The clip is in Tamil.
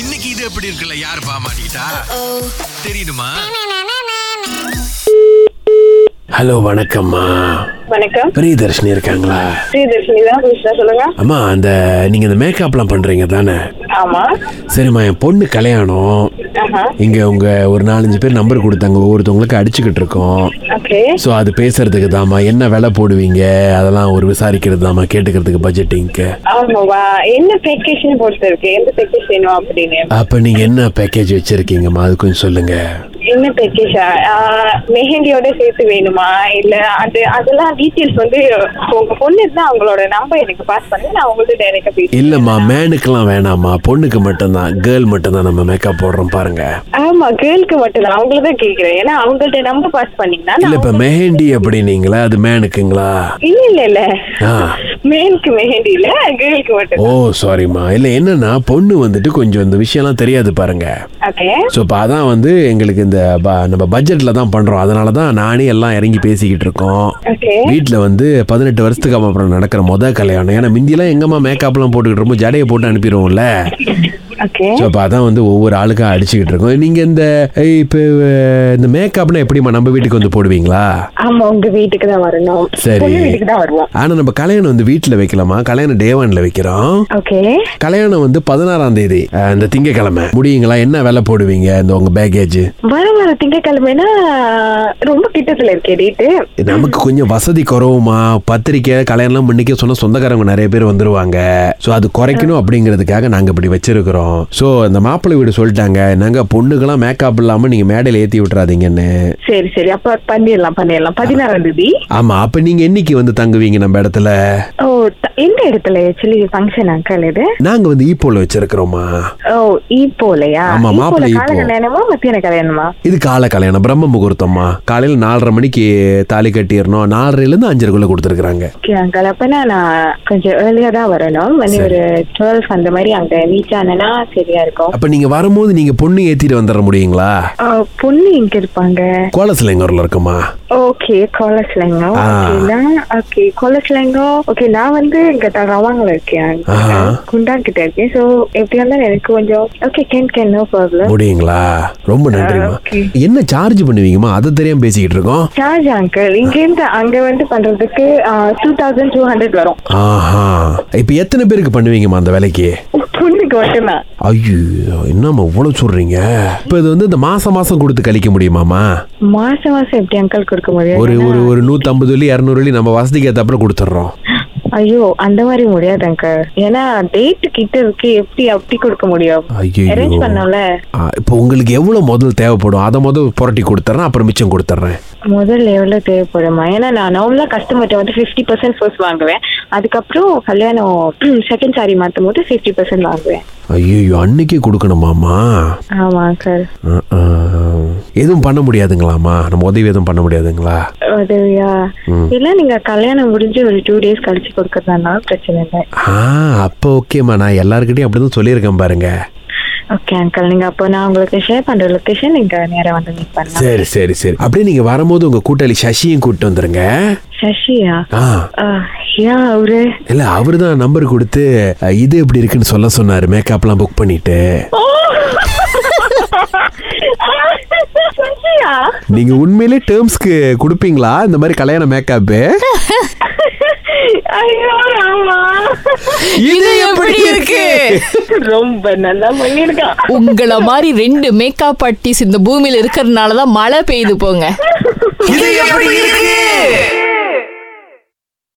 இன்னைக்கு இது எப்படி இருக்குல்ல யார் பாமாட்டா தெரியுமா ஹலோ வணக்கம்மா வணக்கம் பிரியதர்ஷினி இருக்காங்களா ஸ்ரீதர்ஷினி தான் பேசுறேன் சொல்லுங்க அம்மா அந்த நீங்க இந்த மேக்கப்லாம் பண்றீங்க தானே ஆமா சரிம்மா என் பொண்ணு கல்யாணம் ஆஹா இங்க உங்க ஒரு நாலஞ்சு பேர் நம்பர் கொடுத்தாங்க ஒவ்வொருத்தவங்களுக்கு அடிச்சுக்கிட்டு இருக்கோம் ஓகே ஸோ அது பேசுறதுக்கு தாம்மா என்ன விலை போடுவீங்க அதெல்லாம் ஒரு விசாரிக்கிறது தாம்மா கேட்டுக்கிறதுக்கு பட்ஜெட்டிங்க்கு ஆமாவா என்ன பேக்கேஜ்னு பொறுத்து இருக்கு எந்த பேக்கேஜ் வேணும் அப்படின்னு அப்போ நீங்க என்ன பேக்கேஜ் வச்சிருக்கீங்கம்மா அது கொஞ்சம் சொல்லுங்க என்ன பேக்கேஜா மெஹந்தியோட சேர்த்து வேணுமா இல்ல அது அதெல்லாம் டீட்டெயில்ஸ் வந்து உங்க பொண்ணு இருந்தா அவங்களோட நம்பர் எனக்கு பாஸ் பண்ணி நான் உங்கள்ட்ட டைரக்டா பேசுறேன் இல்லம்மா மேனுக்கெல்லாம் வேணாம்மா பொண்ணுக்கு மட்டும்தான் கேர்ள் மட்டும்தான் நம்ம மேக்கப் போடுறோம் பாருங்க ஆமா கேர்ளுக்கு மட்டும் தான் அவங்கள தான் கேக்குறேன் ஏன்னா அவங்கள்ட்ட நம்பர் பாஸ் பண்ணீங்கன்னா இல்ல நான் இப்ப மெஹந்தி அப்படின்னீங்களா அது மேனுக்குங்களா இல்ல இல்ல இல்ல ஆ மேலுக்கு மெஹந்தி இல்ல கேர்ளுக்கு மட்டும் ஓ சாரிம்மா இல்லை என்னன்னா பொண்ணு வந்துட்டு கொஞ்சம் இந்த விஷயம்லாம் தெரியாது பாருங்க ஓகே ஸோ இப்போ அதான் வந்து எங்களுக்கு இந்த ப- நம்ம பட்ஜெட்டில் தான் பண்ணுறோம் அதனால தான் நானே எல்லாம் இறங்கி பேசிக்கிட்டு இருக்கோம் ஓகே வீட்டில் வந்து பதினெட்டு வருஷத்துக்கு அப்புறம் நடக்கிற முத கல்யாணம் ஏன்னா முந்தியெல்லாம் எங்கம்மா மேக்கப்லாம் போட்டுக்கிட்டு ரொம்ப ஜடையை போட்டு அனுப்பிடுவோம்ல ஓகே ஸோ அப்போ அதான் வந்து ஒவ்வொரு ஆளுக்கா அடிச்சுக்கிட்டு இருக்கோம் நீங்கள் இந்த ஏய், இப்போ அஹ், இந்த மேக்கப்னா எப்படிம்மா நம்ம வீட்டுக்கு வந்து போடுவீங்களா ஆமா உங்க வீட்டுக்கு தான் வரணும் சரி பொண்ணு வீட்டுக்கு தான் வருவோம் ஆனால் நம்ம கல்யாணம் வந்து வீட்டில் வைக்கலாமா கல்யாணம் டேவானில் வைக்கிறோம் ஓகே கல்யாணம் வந்து பதினாறாம் தேதி அஹ், இந்த திங்கக்கிழமை முடியுங்களா என்ன விலை போடுவீங்க இந்த உங்க பேக்கேஜ் வர வர திங்கக்கிழமைனா ரொம்ப கிட்டத்துல இருக்கே டேட்டு நமக்கு கொஞ்சம் வசதி குறவுமா பத்திரிக்கை கல்யாணம்லாம் முன்னிக்க சொன்ன சொந்தக்காரங்க நிறைய பேர் வந்துருவாங்க ஸோ அது குறைக்கணும் அப்படிங்கிறதுக்காக நாங்கள் இப்படி வச்சிருக்கிறோம் ஸோ அந்த மாப்பிள்ளை வீடு சொல்லிட்டாங்க நாங்கள் பொண்ணுக்கெல்லாம் மேக்கப் இல்லாமல் நீங்கள் மேடையில் ஏற்றி விட்டுறாதீங்கன்னு சரி சரி அப்ப பண்ணிடலாம் பண்ணிடலாம் பதினாறாம் தேதி ஆமாம் அப்போ நீங்கள் என்னைக்கு வந்து தங்குவீங்க நம்ம இடத்துல ஓ த- எந்த இடத்துல ஆக்சுவலி ஃபங்க்ஷன் அங்கிள் இது நாங்கள் வந்து ஈப்போல வச்சிருக்கிறோமா ஓ ஈப்போலையா ஆமா, மாப்பிள்ளை கால ஈப்போ. கல்யாணமா மத்தியான கல்யாணமா இது காலை கல்யாணம் பிரம்ம முகூர்த்தம்மா காலையில் நாலரை மணிக்கு தாலி கட்டிடணும் நாலரைலேருந்து அஞ்சரைக்குள்ளே கொடுத்துருக்குறாங்க ஓகே அங்கிள் அப்பனா நான் கொஞ்சம் ஏர்லியா தான் வரணும் மணி ஒரு டுவெல் அந்த மாதிரி அங்க ரீச் ஆனா சரியா இருக்கும் அப்ப நீங்க வரும்போது நீங்க பொண்ணு ஏத்திட்டு வந்துட முடியுங்களா ஆ, பொண்ணு எங்க இருப்பாங்க கோலசிலைங்கூர்ல இருக்குமா ஓகே காலர்ஸ் லெங்கோ ஆ. ஓகேனா ஓகே காலர்ஸ் லெங்கோ ஓகே நான் வந்து இங்க தரவாங்கல இருக்கேன் ஆஹா. குண்டா கிட்ட இருக்கேன் சோ எப்படி இருந்தாலும் எனக்கு கொஞ்சம் okay can can no problem முடியுங்களா ரொம்ப நன்றிம்மா okay. என்ன சார்ஜ் பண்ணுவீங்கம்மா அதை தெரியாம பேசிக்கிட்டு இருக்கோம் சார்ஜ் அங்கிள் இங்க இருந்து அங்க வந்து பண்றதுக்கு டூ தௌசண்ட் டூ ஹண்ட்ரட் வரும் ஆஹா இப்ப எத்தனை பேருக்கு பண்ணுவீங்கம்மா அந்த வேலைக்கு பொண்ணுக்கு மட்டும்தான் ஐயோ என்னம்மா இவ்வளவு சொல்றீங்க இப்ப இது வந்து இந்த மாசம் மாசம் கொடுத்து கழிக்க முடியுமாம்மா மாசம் மாசம் எப்படி அங்கிள் கொடுக்க ஒரு முடியாது ஒரு ஒரு நூத்தம்பது வெள்ளி இரநூறு வெள்ளி நம்ம வசதிக்கு ஏற்றப்பறம் கொடுத்துட்றோம் ஐயோ அந்த மாதிரி முடியாது அங்கிள் ஏன்னா டேட் கிட்ட இருக்கு எப்படி அப்படி கொடுக்க முடியும் அரேஞ்ச் ஐயோ பண்ணோம்ல இப்போ உங்களுக்கு எவ்வளோ முதல் தேவைப்படும் அதை முதல் புரட்டி கொடுத்துட்றேன் அப்புறம் மிச்சம் கொடுத்துட்றேன் முதல்ல எவ்வளோ தேவைப்படுமா ஏன்னா நான் நார்மலாக கஸ்டமர்கிட்ட வந்து ஃபிஃப்டி பர்சன்ட் ஃபர்ஸ்ட் வாங்குவேன் அதுக்கப்புறம் கல்யாணம் செகண்ட் சாரி மாற்றும் போது ஃபிஃப்டி பர்சன்ட் வாங்குவேன் ஐயோ அன்னைக்கே கொடுக்கணுமாம்மா ஆமாம் சார் அஹ், அஹ். எதுவும் பண்ண முடியாதுங்களாம்மா நம்ம உதவி எதுவும் பண்ண முடியாதுங்களா உதவியா ம். இல்லை நீங்கள் கல்யாணம் முடிஞ்சு ஒரு டூ டேஸ் கழிச்சு கொடுக்கறதுனாலும் பிரச்சனை இல்லை ஆ அப்போ ஓகேம்மா நான் எல்லாருக்கிட்டையும் அப்படி தான் சொல்லியிருக்கேன் பாருங்க ஓகே அங்கிள் நீங்கள் அப்போ நான் உங்களுக்கு ஷேர் பண்ணுற லொக்கேஷன் நீங்கள் நேராக வந்து மீட் பண்ணலாம் சரி சரி சரி அப்படியே நீங்கள் வரும்போது உங்கள் கூட்டாளி சசியும் கூப்பிட்டு வந்துருங்க சசியா ஆ ஆஹ், ஏன் அவரு இல்லை அவர் தான் நம்பர் கொடுத்து அஹ், இது எப்படி இருக்குன்னு சொல்ல சொன்னார் மேக்கப்லாம் புக் பண்ணிட்டு சசியா நீங்கள் உண்மையிலே டேர்ம்ஸ்க்கு கொடுப்பீங்களா இந்த மாதிரி கல்யாண மேக்கப்பு ஐயோ ஆமா இது எப்படி இருக்கு ரொம்ப நல்லா பண்ணிருக்கான் உங்கள மாதிரி ரெண்டு மேக்கப் ஆர்டிஸ்ட் இந்த பூமியில இருக்கிறதுனால தான் மழை பெய்யுது போங்க இது எப்படி